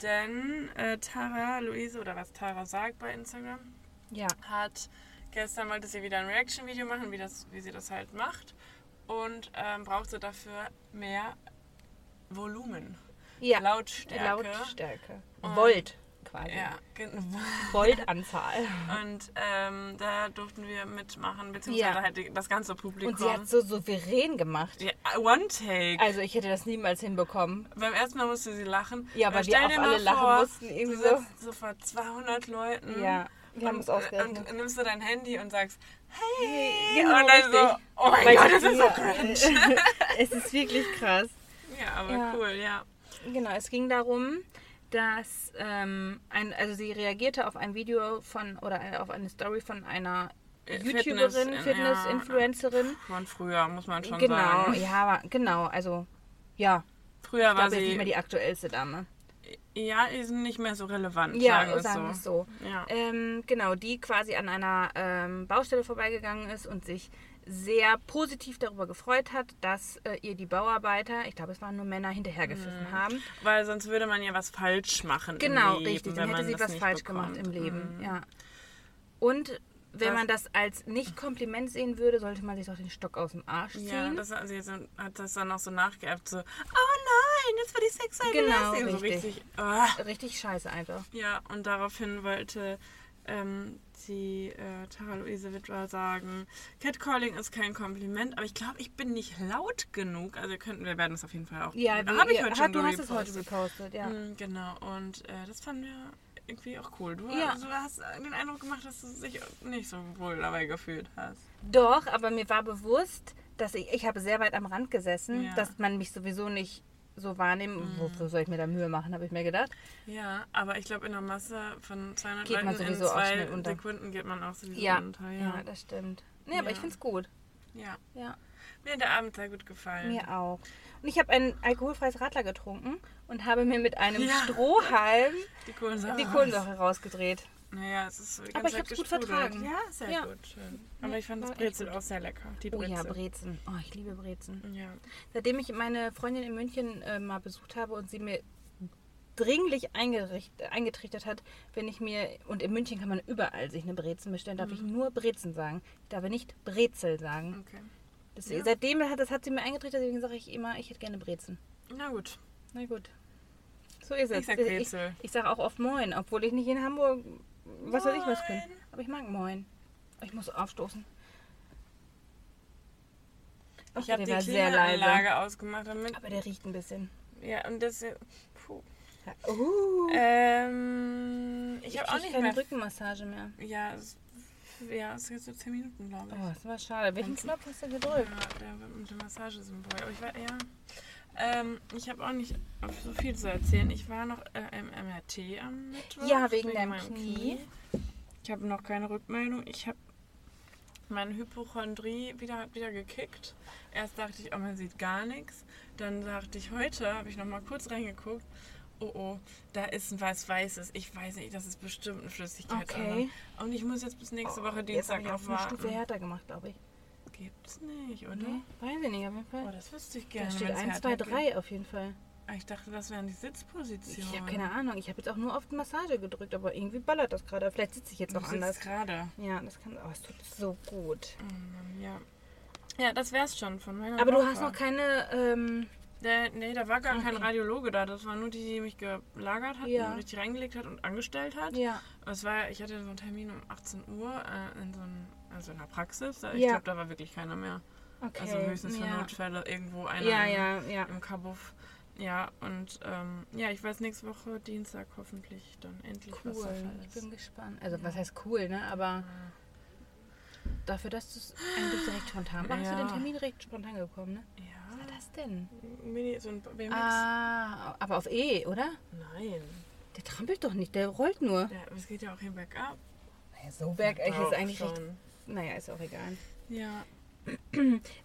A: Denn äh, Tara, Luise oder was Tara sagt bei Instagram,
C: ja.
A: hat gestern wollte sie wieder ein Reaction-Video machen, wie, das, wie sie das halt macht. Und ähm, brauchte dafür mehr Volumen.
C: Ja.
A: Lautstärke.
C: Lautstärke. Volt quasi.
A: Ja, genau. [laughs]
C: Voltanzahl.
A: Und ähm, da durften wir mitmachen, beziehungsweise
C: Ja.
A: halt die- das ganze Publikum.
C: Und sie hat so souverän gemacht.
A: ja, one take.
C: Also ich hätte das niemals hinbekommen.
A: Beim ersten Mal musste sie lachen.
C: Ja,
A: Aber
C: weil wir
A: stell
C: auch
A: dir
C: alle
A: mal
C: lachen
A: vor,
C: mussten, irgendwie
A: du
C: so.
A: sitzt so vor 200 Leuten.
C: Ja, wir haben
A: und, äh,
C: es ausgerechnet.
A: Und nimmst du dein Handy und sagst,
C: Genau,
A: und dann so,
C: richtig.
A: oh mein
C: Weil
A: Gott,
C: sie-
A: das ist so
C: ja.
A: cringe.
C: [laughs] es ist wirklich krass.
A: Ja, aber
C: Ja.
A: cool, ja.
C: Genau, es ging darum, dass ähm, ein, also sie reagierte auf ein Video von oder äh, auf eine Story von einer
A: Äh,
C: YouTuberin,
A: Fitness-
C: Fitness-Influencerin.
A: Von früher, muss man schon
C: genau,
A: sagen.
C: ja, aber- genau, also ja,
A: Früher
C: war
A: war
C: sie nicht mehr
A: sie,
C: die aktuellste Dame.
A: ja, die sind nicht mehr so relevant,
C: Ja,
A: sagen wir es
C: sagen
A: so.
C: wir es so.
A: Ja.
C: Ähm, genau, die quasi an einer ähm, Baustelle vorbeigegangen ist und sich sehr positiv darüber gefreut hat, dass äh, ihr die Bauarbeiter, ich glaube, es waren nur Männer, hinterhergepfiffen haben.
A: Weil sonst würde man ja was falsch machen. im
C: Genau,
A: Leben,
C: richtig.
A: Wenn
C: Dann hätte
A: man
C: sie
A: das
C: was
A: nicht
C: falsch
A: bekommt.
C: gemacht im Leben.
A: Mhm.
C: Ja. Und wenn
A: Das-
C: man das als nicht Kompliment sehen würde, sollte man sich doch den Stock aus dem Arsch ziehen.
A: Ja, das, also jetzt hat das dann auch so nachgeerbt, so, oh nein, jetzt wurde ich sexuell
C: Genau,
A: belästigt. So
C: richtig.
A: richtig ah.
C: Richtig scheiße einfach.
A: Ja, und daraufhin wollte ähm, die äh, Tara Luise Wittwer sagen, Catcalling ist kein Kompliment, aber ich glaube, ich bin nicht laut genug. Also könnten wir werden es auf jeden Fall auch.
C: Ja,
A: habe
C: wie-
A: ich
C: ja,
A: heute
C: ha-
A: schon
C: du hast es heute
A: gepostet.
C: gepostet, ja.
A: Mm, Genau, und äh, das fanden wir irgendwie auch cool. Du,
C: Ja.
A: du hast den Eindruck gemacht, dass du dich nicht so wohl dabei gefühlt hast.
C: Doch, aber mir war bewusst, dass ich, ich habe sehr weit am Rand gesessen,
A: Ja. Mhm.
C: dass man mich sowieso nicht so wahrnehmen. Wofür soll ich mir da Mühe machen, habe ich mir gedacht.
A: Ja, aber ich glaube, in der Masse von 200
C: Geht man
A: Leuten in
C: sowieso auch
A: zwei
C: schnell unter.
A: Sekunden geht man auch sowieso
C: Ja.
A: unter.
C: Ja,
A: Ja.
C: das stimmt. Nee, aber
A: Ja.
C: ich finde es gut.
A: ja.
C: Ja,
A: Mir hat der Abend sehr gut gefallen.
C: mir auch. Und ich habe ein alkoholfreies Radler getrunken und habe mir mit einem
A: Ja.
C: Strohhalm
A: Die Kohlensäure.
C: die Kohlensäure rausgedreht.
A: Naja, es ist so die
C: Aber
A: ganze
C: ich hab's
A: Zeit
C: gut
A: gestrudelt.
C: vertragen.
A: Ja, sehr
C: Ja.
A: gut. Schön. Aber ich fand
C: war
A: das
C: echt
A: Brezel
C: gut.
A: auch sehr lecker. Die
C: Oh
A: Brezel.
C: ja, Brezen. Oh, ich liebe Brezen.
A: Ja.
C: Seitdem ich meine Freundin in München äh, mal besucht habe und sie mir dringlich eingericht- eingetrichtert hat, wenn ich mir, und in München kann man überall sich eine Brezen bestellen, darf ich nur Brezen sagen. Ich darf nicht Brezel sagen.
A: Okay.
C: Das,
A: Ja.
C: Seitdem hat, das hat sie mir eingetrichtert, deswegen sage ich immer, ich hätte gerne Brezen.
A: Na gut.
C: Na gut. So ist es.
A: Ich sag
C: ich
A: Brezel.
C: ich sage auch oft Moin, obwohl ich nicht in Hamburg, was weiß ich was bin.
A: Moin.
C: Aber ich mag Moin. Ich muss aufstoßen.
A: Ich
C: Ach,
A: habe
C: der
A: die
C: war sehr leise.
A: Klimaanlage ausgemacht damit.
C: Aber der riecht ein bisschen.
A: Ja, und das. Puh.
C: Uh.
A: Ähm, Äh, ich habe
C: krieg
A: auch nicht
C: keine
A: mehr.
C: Rückenmassage mehr.
A: Ja, es, ja, es geht so 10 Minuten, glaube ich.
C: Oh, das war schade. Welchen
A: Wahnsinn.
C: Knopf hast du
A: Ja,
C: gedrückt?
A: der wird mit dem Massagesymbol. Aber ich war, ja. Ähm, ich habe auch nicht so viel zu erzählen. Ich war noch äh, im MRT am Mittwoch.
C: Ja, wegen deinem Knie.
A: Ich habe noch keine Rückmeldung. Ich habe meine Hypochondrie wieder, hat wieder gekickt. Erst dachte ich, oh, man sieht gar nichts. Dann dachte ich, heute habe ich noch mal kurz reingeguckt. Oh, oh, da ist was Weißes. Ich weiß nicht, das ist bestimmt ein Flüssigkeitsalarm.
C: Okay. Oh,
A: Und ich muss jetzt bis nächste Woche
C: Jetzt habe
A: Dienstag
C: ich
A: noch
C: auf eine Stufe
A: warten.
C: härter gemacht, glaube ich.
A: Gibt's nicht, oder?
C: Nee, weiß ich nicht, auf jeden
A: Oh,
C: Fall.
A: das wüsste ich gerne.
C: Da steht
A: wenn's
C: 1,
A: härter
C: 2,
A: geht.
C: 3 auf jeden Fall.
A: Ah, Ich dachte, das wären die Sitzpositionen.
C: Ich habe keine Ahnung. Ich habe jetzt auch nur auf Massage gedrückt, aber irgendwie ballert das gerade. Vielleicht sitze ich jetzt
A: Du
C: auch
A: sitzt
C: anders.
A: gerade.
C: Ja, das kann. Oh, es tut so gut.
A: Oh Mann, ja. Ja, das wär's schon von meiner
C: Aber du
A: Woche.
C: hast noch keine. Ähm,
A: Der, nee, da war gar kein
C: Okay.
A: Radiologe da. Das war nur die, die mich gelagert hat,
C: Ja.
A: und richtig reingelegt hat und angestellt hat.
C: ja.
A: Es war, ich hatte so einen Termin um 18 Uhr äh, in so einem, also in der Praxis. Da- Ich
C: Ja.
A: glaube, da war wirklich keiner mehr.
C: Okay.
A: Also höchstens für
C: ja.
A: Notfälle irgendwo einer
C: Ja,
A: im-
C: ja, ja.
A: im Kabuff. Ja, und ähm, ja, ich weiß nächste Woche Dienstag hoffentlich dann endlich was der
C: Cool.
A: Fall
C: Ich
A: ist.
C: bin gespannt. Also was heißt cool, ne? Aber dafür, dass du es eigentlich direkt spontan machst, hast du
A: Ja.
C: den Termin recht spontan gekommen, ne? Was war
A: ja,
C: das denn?
A: Mini, so ein BMX.
C: Ah, aber auf E, oder?
A: Nein.
C: Der trampelt doch nicht, der rollt nur.
A: Ja, es geht ja auch hier bergab.
C: Naja, so bergig ist
A: Doch
C: eigentlich recht.
A: schon.
C: Naja, ist auch egal.
A: Ja.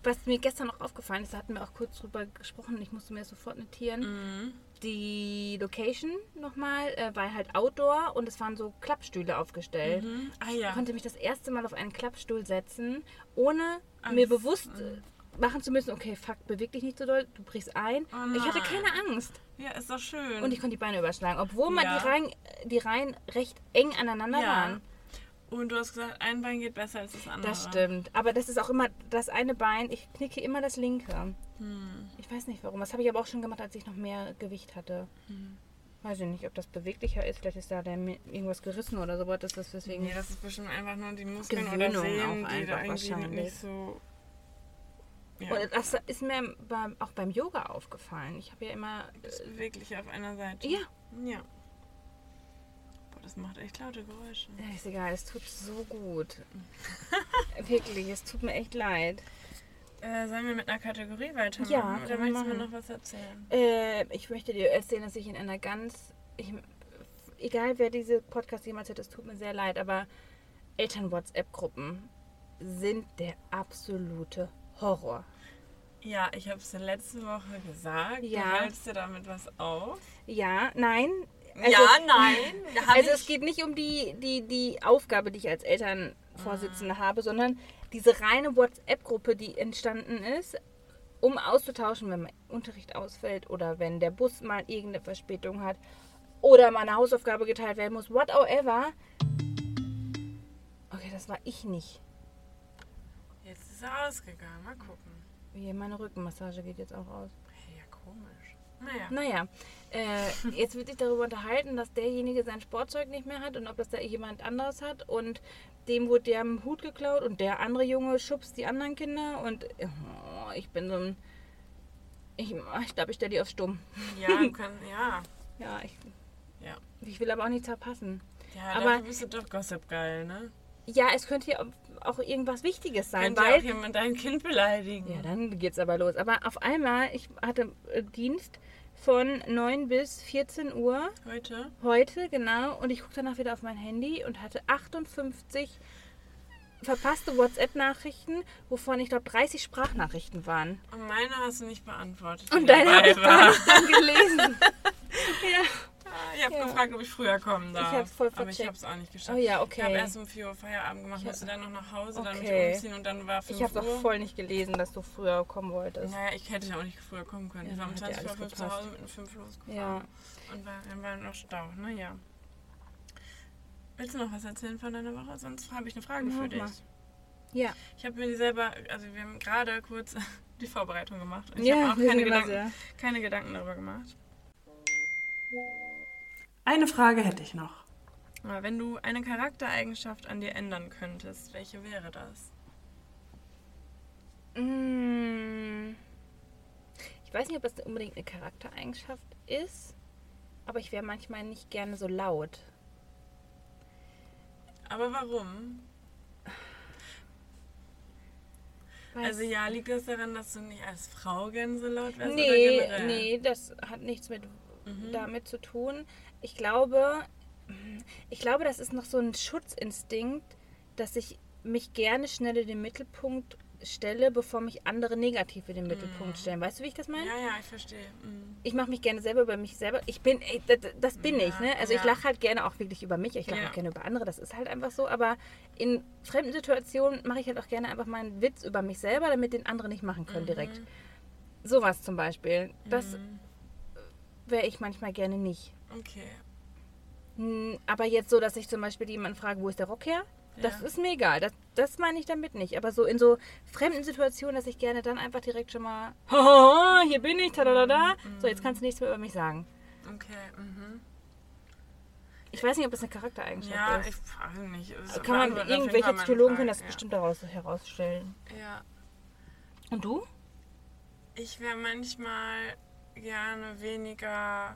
C: Was mir gestern noch aufgefallen ist, da hatten wir auch kurz drüber gesprochen, ich musste mir das sofort notieren.
A: Mhm.
C: Die Location nochmal äh, war halt Outdoor und es waren so Klappstühle aufgestellt.
A: Mhm. Ah
C: Ich
A: ja.
C: konnte mich das erste Mal auf einen Klappstuhl setzen, ohne
A: Angst. Mhm.
C: mir bewusst äh, machen zu müssen, okay, fuck, beweg dich nicht so doll, du brichst ein.
A: Oh
C: ich hatte
A: nein.
C: keine Angst
A: Ja, ist doch schön.
C: und ich konnte die Beine überschlagen, obwohl mal
A: Ja.
C: die, Reihen, die Reihen recht eng aneinander
A: Ja.
C: waren.
A: Und du hast gesagt, ein Bein geht besser als das andere.
C: Das stimmt. Aber das ist auch immer das eine Bein. Ich knicke immer das linke.
A: Hm.
C: Ich weiß nicht warum. Das habe ich aber auch schon gemacht, als ich noch mehr Gewicht hatte.
A: Hm.
C: Weiß ich nicht, ob das beweglicher ist. Vielleicht ist da der, mir irgendwas gerissen oder sowas. Das ist deswegen.
A: Nee, das ist bestimmt einfach nur die Muskeln oder
C: Gewöhnung
A: Sehnen,
C: auch
A: die da
C: einfach
A: irgendwie
C: wahrscheinlich.
A: nicht so... Ja,
C: Und das ist mir beim, auch beim Yoga aufgefallen. Ich habe ja immer.
A: das ist wirklich auf einer Seite.
C: Ja,
A: Ja. Boah, das macht echt laute Geräusche.
C: Ja, äh, ist egal. Es tut so
A: [laughs]
C: gut. Wirklich, es tut mir echt leid.
A: Äh, sollen wir mit einer Kategorie weitermachen?
C: Ja, können
A: Oder
C: wir
A: möchtest du mir
C: machen.
A: noch was erzählen?
C: Äh, ich möchte dir erzählen, dass ich in einer ganz. Ich, egal wer diese Podcast jemals hört, es tut mir sehr leid, aber Eltern-WhatsApp-Gruppen sind der absolute Horror.
A: Ja, ich habe es letzte Woche gesagt.
C: Ja.
A: Du hältst dir damit was auf?
C: Ja, nein.
A: Also, nein.
C: Also es geht nicht um die, die, die Aufgabe, die ich als Elternvorsitzende habe, sondern diese reine WhatsApp-Gruppe, die entstanden ist, um auszutauschen, wenn mein Unterricht ausfällt oder wenn der Bus mal irgendeine Verspätung hat oder meine Hausaufgabe geteilt werden muss, whatever. Okay, das war ich nicht.
A: Jetzt ist er ausgegangen. Mal gucken.
C: Wie, Meine Rückenmassage geht jetzt auch aus.
A: Hey, ja, komisch.
C: [laughs]
A: Naja.
C: Naja, äh, jetzt wird sich darüber unterhalten, dass derjenige sein Sportzeug nicht mehr hat und ob das da jemand anderes hat. Und dem wurde der Hut geklaut und der andere Junge schubst die anderen Kinder. Und oh, ich bin so ein. Ich glaube, ich, glaub, ich stelle die auf stumm.
A: Ja, du kannst, ja.
C: Ja, ich,
A: Ja.
C: ich will aber auch nichts verpassen.
A: Ja,
C: Aber-
A: aber dafür bist du doch Gossip geil, ne?
C: Ja, es könnte ja auch irgendwas Wichtiges sein,
A: Könnte
C: weil.
A: auch jemand dein Kind beleidigen.
C: Ja, dann geht's aber los. Aber auf einmal, ich hatte äh, Dienst von 9 bis 14 Uhr.
A: Heute?
C: Heute, genau. Und ich gucke danach wieder auf mein Handy und hatte 58 verpasste WhatsApp-Nachrichten, wovon ich glaube 30 Sprachnachrichten waren.
A: Und meine hast du nicht beantwortet.
C: Und deine habe ich
A: Weiber.
C: gar [laughs] nicht dann gelesen. ja.
A: Ah, Ich habe
C: Ja.
A: gefragt, ob ich früher kommen darf.
C: hab's voll
A: aber ich
C: vercheckt.
A: habe es auch nicht geschafft.
C: Oh ja,
A: Ich habe
C: okay.
A: erst um 4 Uhr Feierabend gemacht, musste dann noch nach Hause, dann mich
C: Okay.
A: umziehen und dann war 5
C: Ich habe
A: Uhr.
C: doch voll nicht gelesen, dass du früher kommen wolltest.
A: Naja, ich hätte ja auch nicht früher kommen können.
C: Ja,
A: ich war um
C: dann hat ja
A: 20 Uhr
C: alles
A: 5 zu
C: gepasst.
A: Hause mit einem 5 losgefahren.
C: Ja.
A: Und war, dann war noch Stau, naja. Willst du noch was erzählen von deiner Woche? Sonst habe ich eine Frage
C: Mach
A: für dich.
C: mal. Ja,
A: Ich habe mir die selber, also wir haben gerade kurz [laughs] die Vorbereitung gemacht. Und ich
C: ja,
A: habe auch
C: wir
A: keine
C: sind immer
A: Gedanken, keine Gedanken darüber gemacht.
B: Eine Frage hätte ich noch.
A: Aber wenn du eine Charaktereigenschaft an dir ändern könntest, welche wäre das?
C: sehr- Mm. Ich weiß nicht, ob das unbedingt eine Charaktereigenschaft ist, aber ich wäre manchmal nicht gerne so laut.
A: Aber warum?
C: Weiß
A: Also ja, liegt das daran, dass du nicht als Frau gern so laut wärst? oder
C: Nee,
A: generell? Mhm.
C: nee, das hat nichts mit damit zu tun. Ich glaube, ich glaube, das ist noch so ein Schutzinstinkt, dass ich mich gerne schnell in den Mittelpunkt stelle, bevor mich andere negativ in den Mittelpunkt stellen. Weißt du, wie ich das meine?
A: Mhm. Ja, ja, ich verstehe. Mhm.
C: Ich mache mich gerne selber über mich selber. Ich bin, ey, das, das bin
A: Ja,
C: ich, ne? Also ich
A: ja.
C: lache halt gerne auch wirklich über mich. Ich lache
A: Ja.
C: auch gerne über andere. Das ist halt einfach so. Aber in fremden Situationen mache ich halt auch gerne einfach mal einen Witz über mich selber, damit den anderen nicht machen können direkt.
A: Mhm.
C: Sowas zum Beispiel. Das wäre ich manchmal gerne nicht.
A: Okay.
C: Hm, Aber jetzt so, dass ich zum Beispiel jemanden frage, wo ist der Rock her? Das
A: Ja.
C: ist mir egal. Das, das meine ich damit nicht. Aber so in so fremden Situationen, dass ich gerne dann einfach direkt schon mal, [laughs] "Haha, hier bin ich, da.
A: Mhm.
C: So, jetzt kannst du nichts mehr über mich sagen.
A: Okay, mhm.
C: Ich weiß nicht, ob das eine Charaktereigenschaft
A: Ja,
C: ist. Also
A: ich frage nicht. Es
C: Kann
A: beantwortet auf
C: man,
A: jeden
C: irgendwelche
A: Fall meine
C: Psychologen können das
A: Frage,
C: bestimmt daraus herausstellen.
A: ja. Ja.
C: Und du?
A: Ich wäre manchmal gerne weniger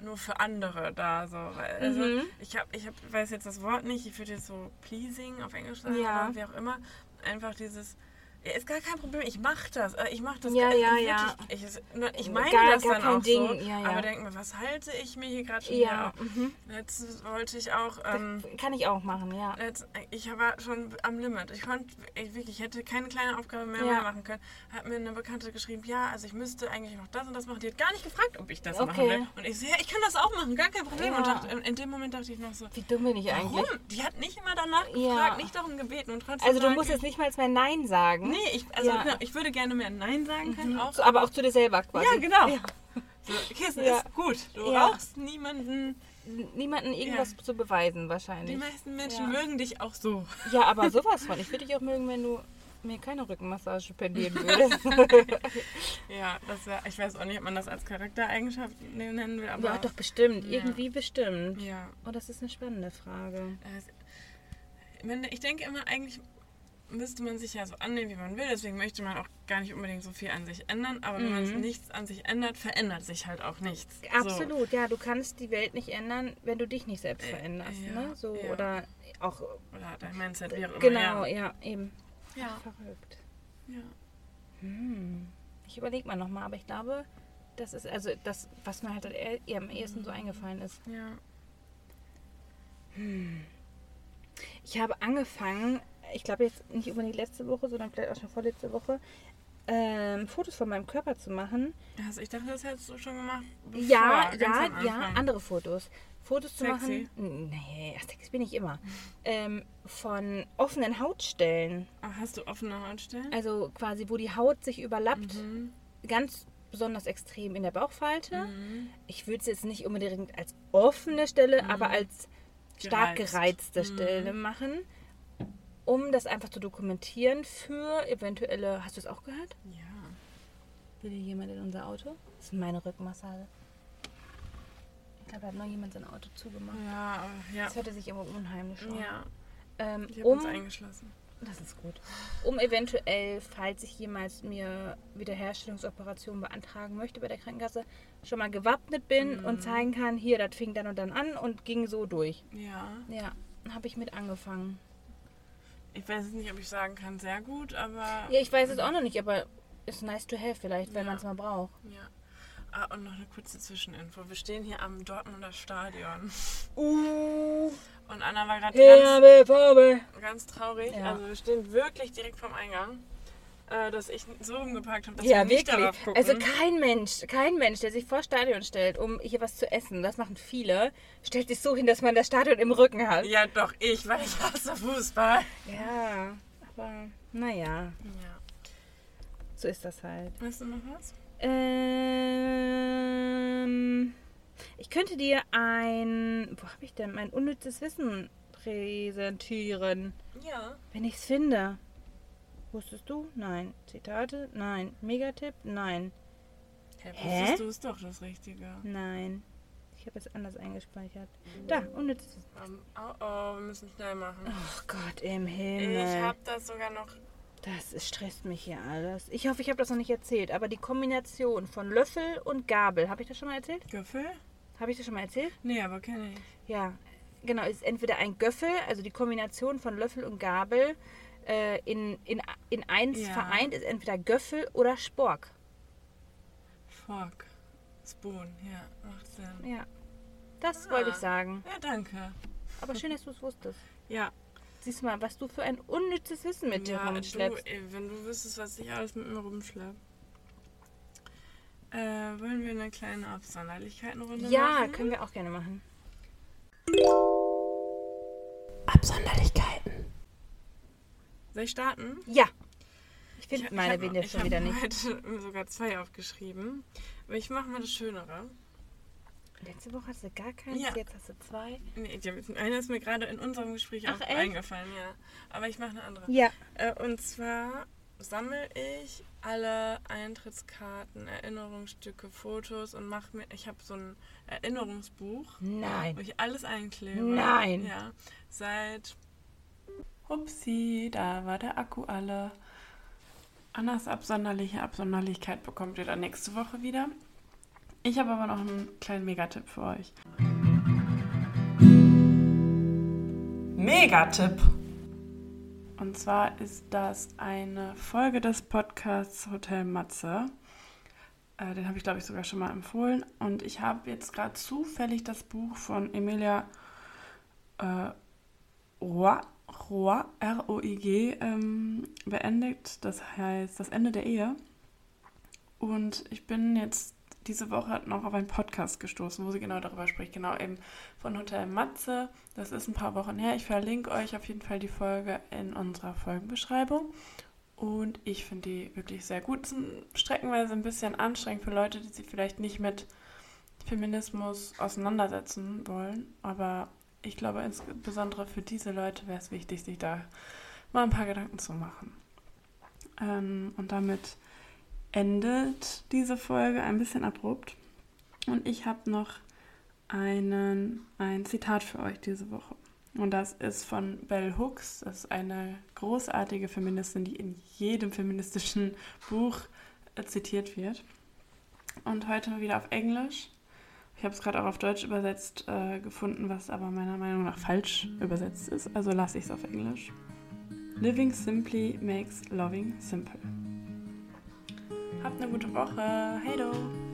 A: nur für andere da. So. Weil, Also
C: Mhm.
A: ich, hab, ich hab, weiß jetzt das Wort nicht, ich würde jetzt so pleasing auf Englisch sagen
C: Ja.
A: oder wie auch immer. Einfach dieses. Ja, ist gar kein Problem, ich mach das. äh, Ich mach das
C: Ja,
A: gar-
C: ja,
A: wirklich,
C: ja.
A: Ich, es- ne, ich meine
C: Gar-
A: das
C: gar
A: dann
C: kein
A: auch so.
C: Ding, ja, ja.
A: Aber denk mir, was halte ich mir hier gerade schon
C: Ja, mhm.
A: wieder auf? Letztens wollte ich auch. Ähm, ne.
C: Kann ich auch machen, ja.
A: Jetzt, ich war schon am Limit. Ich konnte, ich wirklich, ich hätte keine kleine Aufgabe mehr,
C: Ja.
A: mehr machen können. Hat mir eine Bekannte geschrieben, ja, also ich müsste eigentlich noch das und das machen. Die hat gar nicht gefragt, ob ich das machen
C: Okay.
A: will. Und ich so, ja, ich kann das auch machen, gar kein Problem. Und
C: Ja.
A: dachte, in, in dem Moment dachte ich noch so,
C: Wie dumm bin ich
A: warum?
C: eigentlich?
A: Die hat nicht immer danach
C: Ja.
A: gefragt, nicht darum gebeten. Und trotzdem
C: Also du
A: sag
C: musst
A: ich,
C: jetzt nicht mal mehr Nein sagen,
A: Nee, ich, also,
C: Ja.
A: genau, ich würde gerne mehr Nein sagen können. Auch.
C: so, aber auch zu dir selber quasi.
A: Ja, genau. So, Kissen
C: Ja.
A: ist gut. Du
C: Ja.
A: brauchst niemanden.
C: N- Niemanden irgendwas zu beweisen
A: Die
C: wahrscheinlich.
A: meisten Menschen
C: Ja.
A: mögen dich auch so.
C: Ja, aber sowas von. Ich würde dich auch mögen, wenn du mir keine Rückenmassage spendieren
A: [laughs]
C: würdest.
A: Ja, das wär, ich weiß auch nicht, ob man das als Charaktereigenschaft ne-, nennen will, aber.
C: ja, doch bestimmt. Irgendwie bestimmt.
A: Ja.
C: Oh, das ist eine spannende Frage.
A: Also, wenn- Ich denke immer, eigentlich müsste man sich ja so annehmen, wie man will. Deswegen möchte man auch gar nicht unbedingt so viel an sich ändern. Aber wenn man nichts an sich ändert, verändert sich halt auch nichts. So.
C: Mhm. Absolut, ja. Du kannst die Welt nicht ändern, wenn du dich nicht selbst veränderst.
A: Äh, ja,
C: ne? so,
A: ja.
C: Oder auch.
A: Oder dein Mindset, wie auch immer.
C: Genau,
A: Ja.
C: ja, eben.
A: Ja.
C: Verrückt.
A: ja.
C: Ich überlege mal nochmal, aber ich glaube, das ist also das, was mir halt eher eher am ehesten
A: Mhm.
C: so eingefallen ist.
A: ja.
C: Ich habe angefangen, ich glaube jetzt nicht unbedingt letzte Woche, sondern vielleicht auch schon vorletzte Woche, ähm, Fotos von meinem Körper zu machen.
A: Also ich dachte, das hättest du schon gemacht. Bevor,
C: Ja,
A: ganz
C: ja,
A: am
C: ja,
A: Anfang.
C: andere Fotos. Fotos zu
A: Sexy.
C: machen. Nee, ach, sexy bin ich immer. Ähm, von offenen Hautstellen.
A: Aber Hast du offene Hautstellen?
C: Also quasi, wo die Haut sich überlappt. Ganz besonders extrem in der Bauchfalte. Ich würde es jetzt nicht unbedingt als offene Stelle, aber als stark
A: Gereizt.
C: gereizte Stelle machen. Um das einfach zu dokumentieren für eventuelle. Hast du es auch gehört?
A: Ja.
C: Will hier jemand in unser Auto? Das ist meine Rückmassage. Ich glaube, da hat noch jemand sein Auto zugemacht.
A: Ja, aber- ja.
C: Das hörte sich immer unheimlich an.
A: Ja.
C: Ähm,
A: Ich habe uns
C: um,
A: eingeschlossen.
C: das ist gut. Um eventuell, falls ich jemals mir Wiederherstellungsoperationen beantragen möchte bei der Krankenkasse, schon mal gewappnet bin und zeigen kann, hier, das fing dann und dann an und ging so durch.
A: Ja.
C: Ja, habe ich mit angefangen.
A: Ich weiß jetzt nicht, ob ich sagen kann, sehr gut, aber.
C: Ja, ich weiß es auch noch nicht, aber ist nice to have vielleicht, wenn
A: Ja.
C: man es mal braucht.
A: Ja. Ah, und noch eine kurze Zwischeninfo. Wir stehen hier am Dortmunder Stadion.
C: Uh,
A: Und Anna war gerade
C: Herbe, Farbe.
A: ganz, ganz traurig.
C: Ja.
A: Also wir stehen wirklich direkt vorm Eingang, äh, dass ich so rumgeparkt habe, dass wir
C: Ja,
A: nicht
C: wirklich.
A: darauf gucken.
C: Also kein Mensch, kein Mensch, der sich vor Stadion stellt, um hier was zu essen, das machen viele, stellt sich so hin, dass man das Stadion im Rücken hat.
A: ja, doch, ich, weil ich hasse Fußball.
C: Ja, aber naja,
A: Ja.
C: so ist das halt.
A: Weißt du noch was?
C: Ähm, ich könnte dir ein, wo habe ich denn, mein unnützes Wissen präsentieren,
A: Ja.
C: wenn ich es finde. Wusstest du? Nein. Zitate? Nein. Megatipp? Nein.
A: Hä?
C: Hä?
A: Wusstest du es doch das Richtige?
C: Nein. Ich habe es anders eingespeichert. Da, unnützes Wissen.
A: Ähm, oh, oh, wir müssen schnell machen.
C: Oh Gott im
A: Ich
C: Himmel.
A: habe das sogar noch.
C: Das ist- stresst mich hier alles. Ich hoffe, ich habe das noch nicht erzählt, aber die Kombination von Löffel und Gabel, habe ich das schon mal erzählt?
A: Göffel?
C: Habe ich das schon mal erzählt?
A: Nee, aber kenne ich.
C: Ja. Genau, es ist entweder ein Göffel, also die Kombination von Löffel und Gabel äh, in, in, in eins
A: Ja.
C: vereint, ist entweder Göffel oder Spork.
A: Fork. Spoon, ja, macht Sinn.
C: Ja. Das wollte ich
A: Ah.
C: sagen.
A: Ja, danke.
C: Aber schön, dass du es wusstest.
A: Ja,
C: Siehst du mal, was du für ein unnützes Wissen mit dir
A: Ja,
C: rumschleppst.
A: Du, ey, wenn du wüsstest, was ich alles mit mir rumschleppe. Äh, wollen wir eine kleine auf Sonderlichkeitenrunde
C: Ja,
A: machen?
C: können wir auch gerne machen.
A: Soll ich starten?
C: Ja. Ich
A: Ich-
C: finde
A: ich
C: meine
A: hab-
C: Winde
A: ich
C: schon
A: hab
C: wieder nicht.
A: heute [laughs] mir sogar zwei aufgeschrieben. Aber ich mache mal das Schönere.
C: Letzte Woche hast du gar keins,
A: Ja.
C: jetzt hast du zwei.
A: Nee, die- eine ist mir gerade in unserem Gespräch
C: Ach,
A: auch
C: echt?
A: eingefallen, ja. Aber ich mache eine andere.
C: Ja.
A: Äh, und zwar sammle ich alle Eintrittskarten, Erinnerungsstücke, Fotos und mache mir. Ich habe so ein Erinnerungsbuch. Wo
C: Nein.
A: ich alles einklebe.
C: Nein.
A: Ja. Seit. Upsi, da war der Akku alle. Annas absonderliche Absonderlichkeit bekommt ihr dann nächste Woche wieder. Ich habe aber noch einen kleinen Megatipp für euch. Megatipp! Und zwar ist das eine Folge des Podcasts Hotel Matze. Äh, den habe ich, glaube ich, sogar schon mal empfohlen. Und ich habe jetzt gerade zufällig das Buch von Emilia äh, Roy, Roy, R-O-I-G, ähm, beendet. Das heißt Das Ende der Ehe. Und ich bin jetzt diese Woche noch auf einen Podcast gestoßen, wo sie genau darüber spricht. Genau eben von Hotel Matze. Das ist ein paar Wochen her. Ich verlinke euch auf jeden Fall die Folge in unserer Folgenbeschreibung. Und ich finde die wirklich sehr gut. Sind streckenweise ein bisschen anstrengend für Leute, die sich vielleicht nicht mit Feminismus auseinandersetzen wollen. Aber ich glaube, insbesondere für diese Leute wäre es wichtig, sich da mal ein paar Gedanken zu machen. Ähm, und damit endet diese Folge ein bisschen abrupt. Und ich habe noch einen, ein Zitat für euch diese Woche. Und das ist von Bell Hooks. Das ist eine großartige Feministin, die in jedem feministischen Buch äh, zitiert wird. Und heute wieder auf Englisch. Ich habe es gerade auch auf Deutsch übersetzt äh, gefunden, was aber meiner Meinung nach falsch übersetzt ist. Also lasse ich es auf Englisch. Living simply makes loving simple. Habt eine gute Woche. Hey do.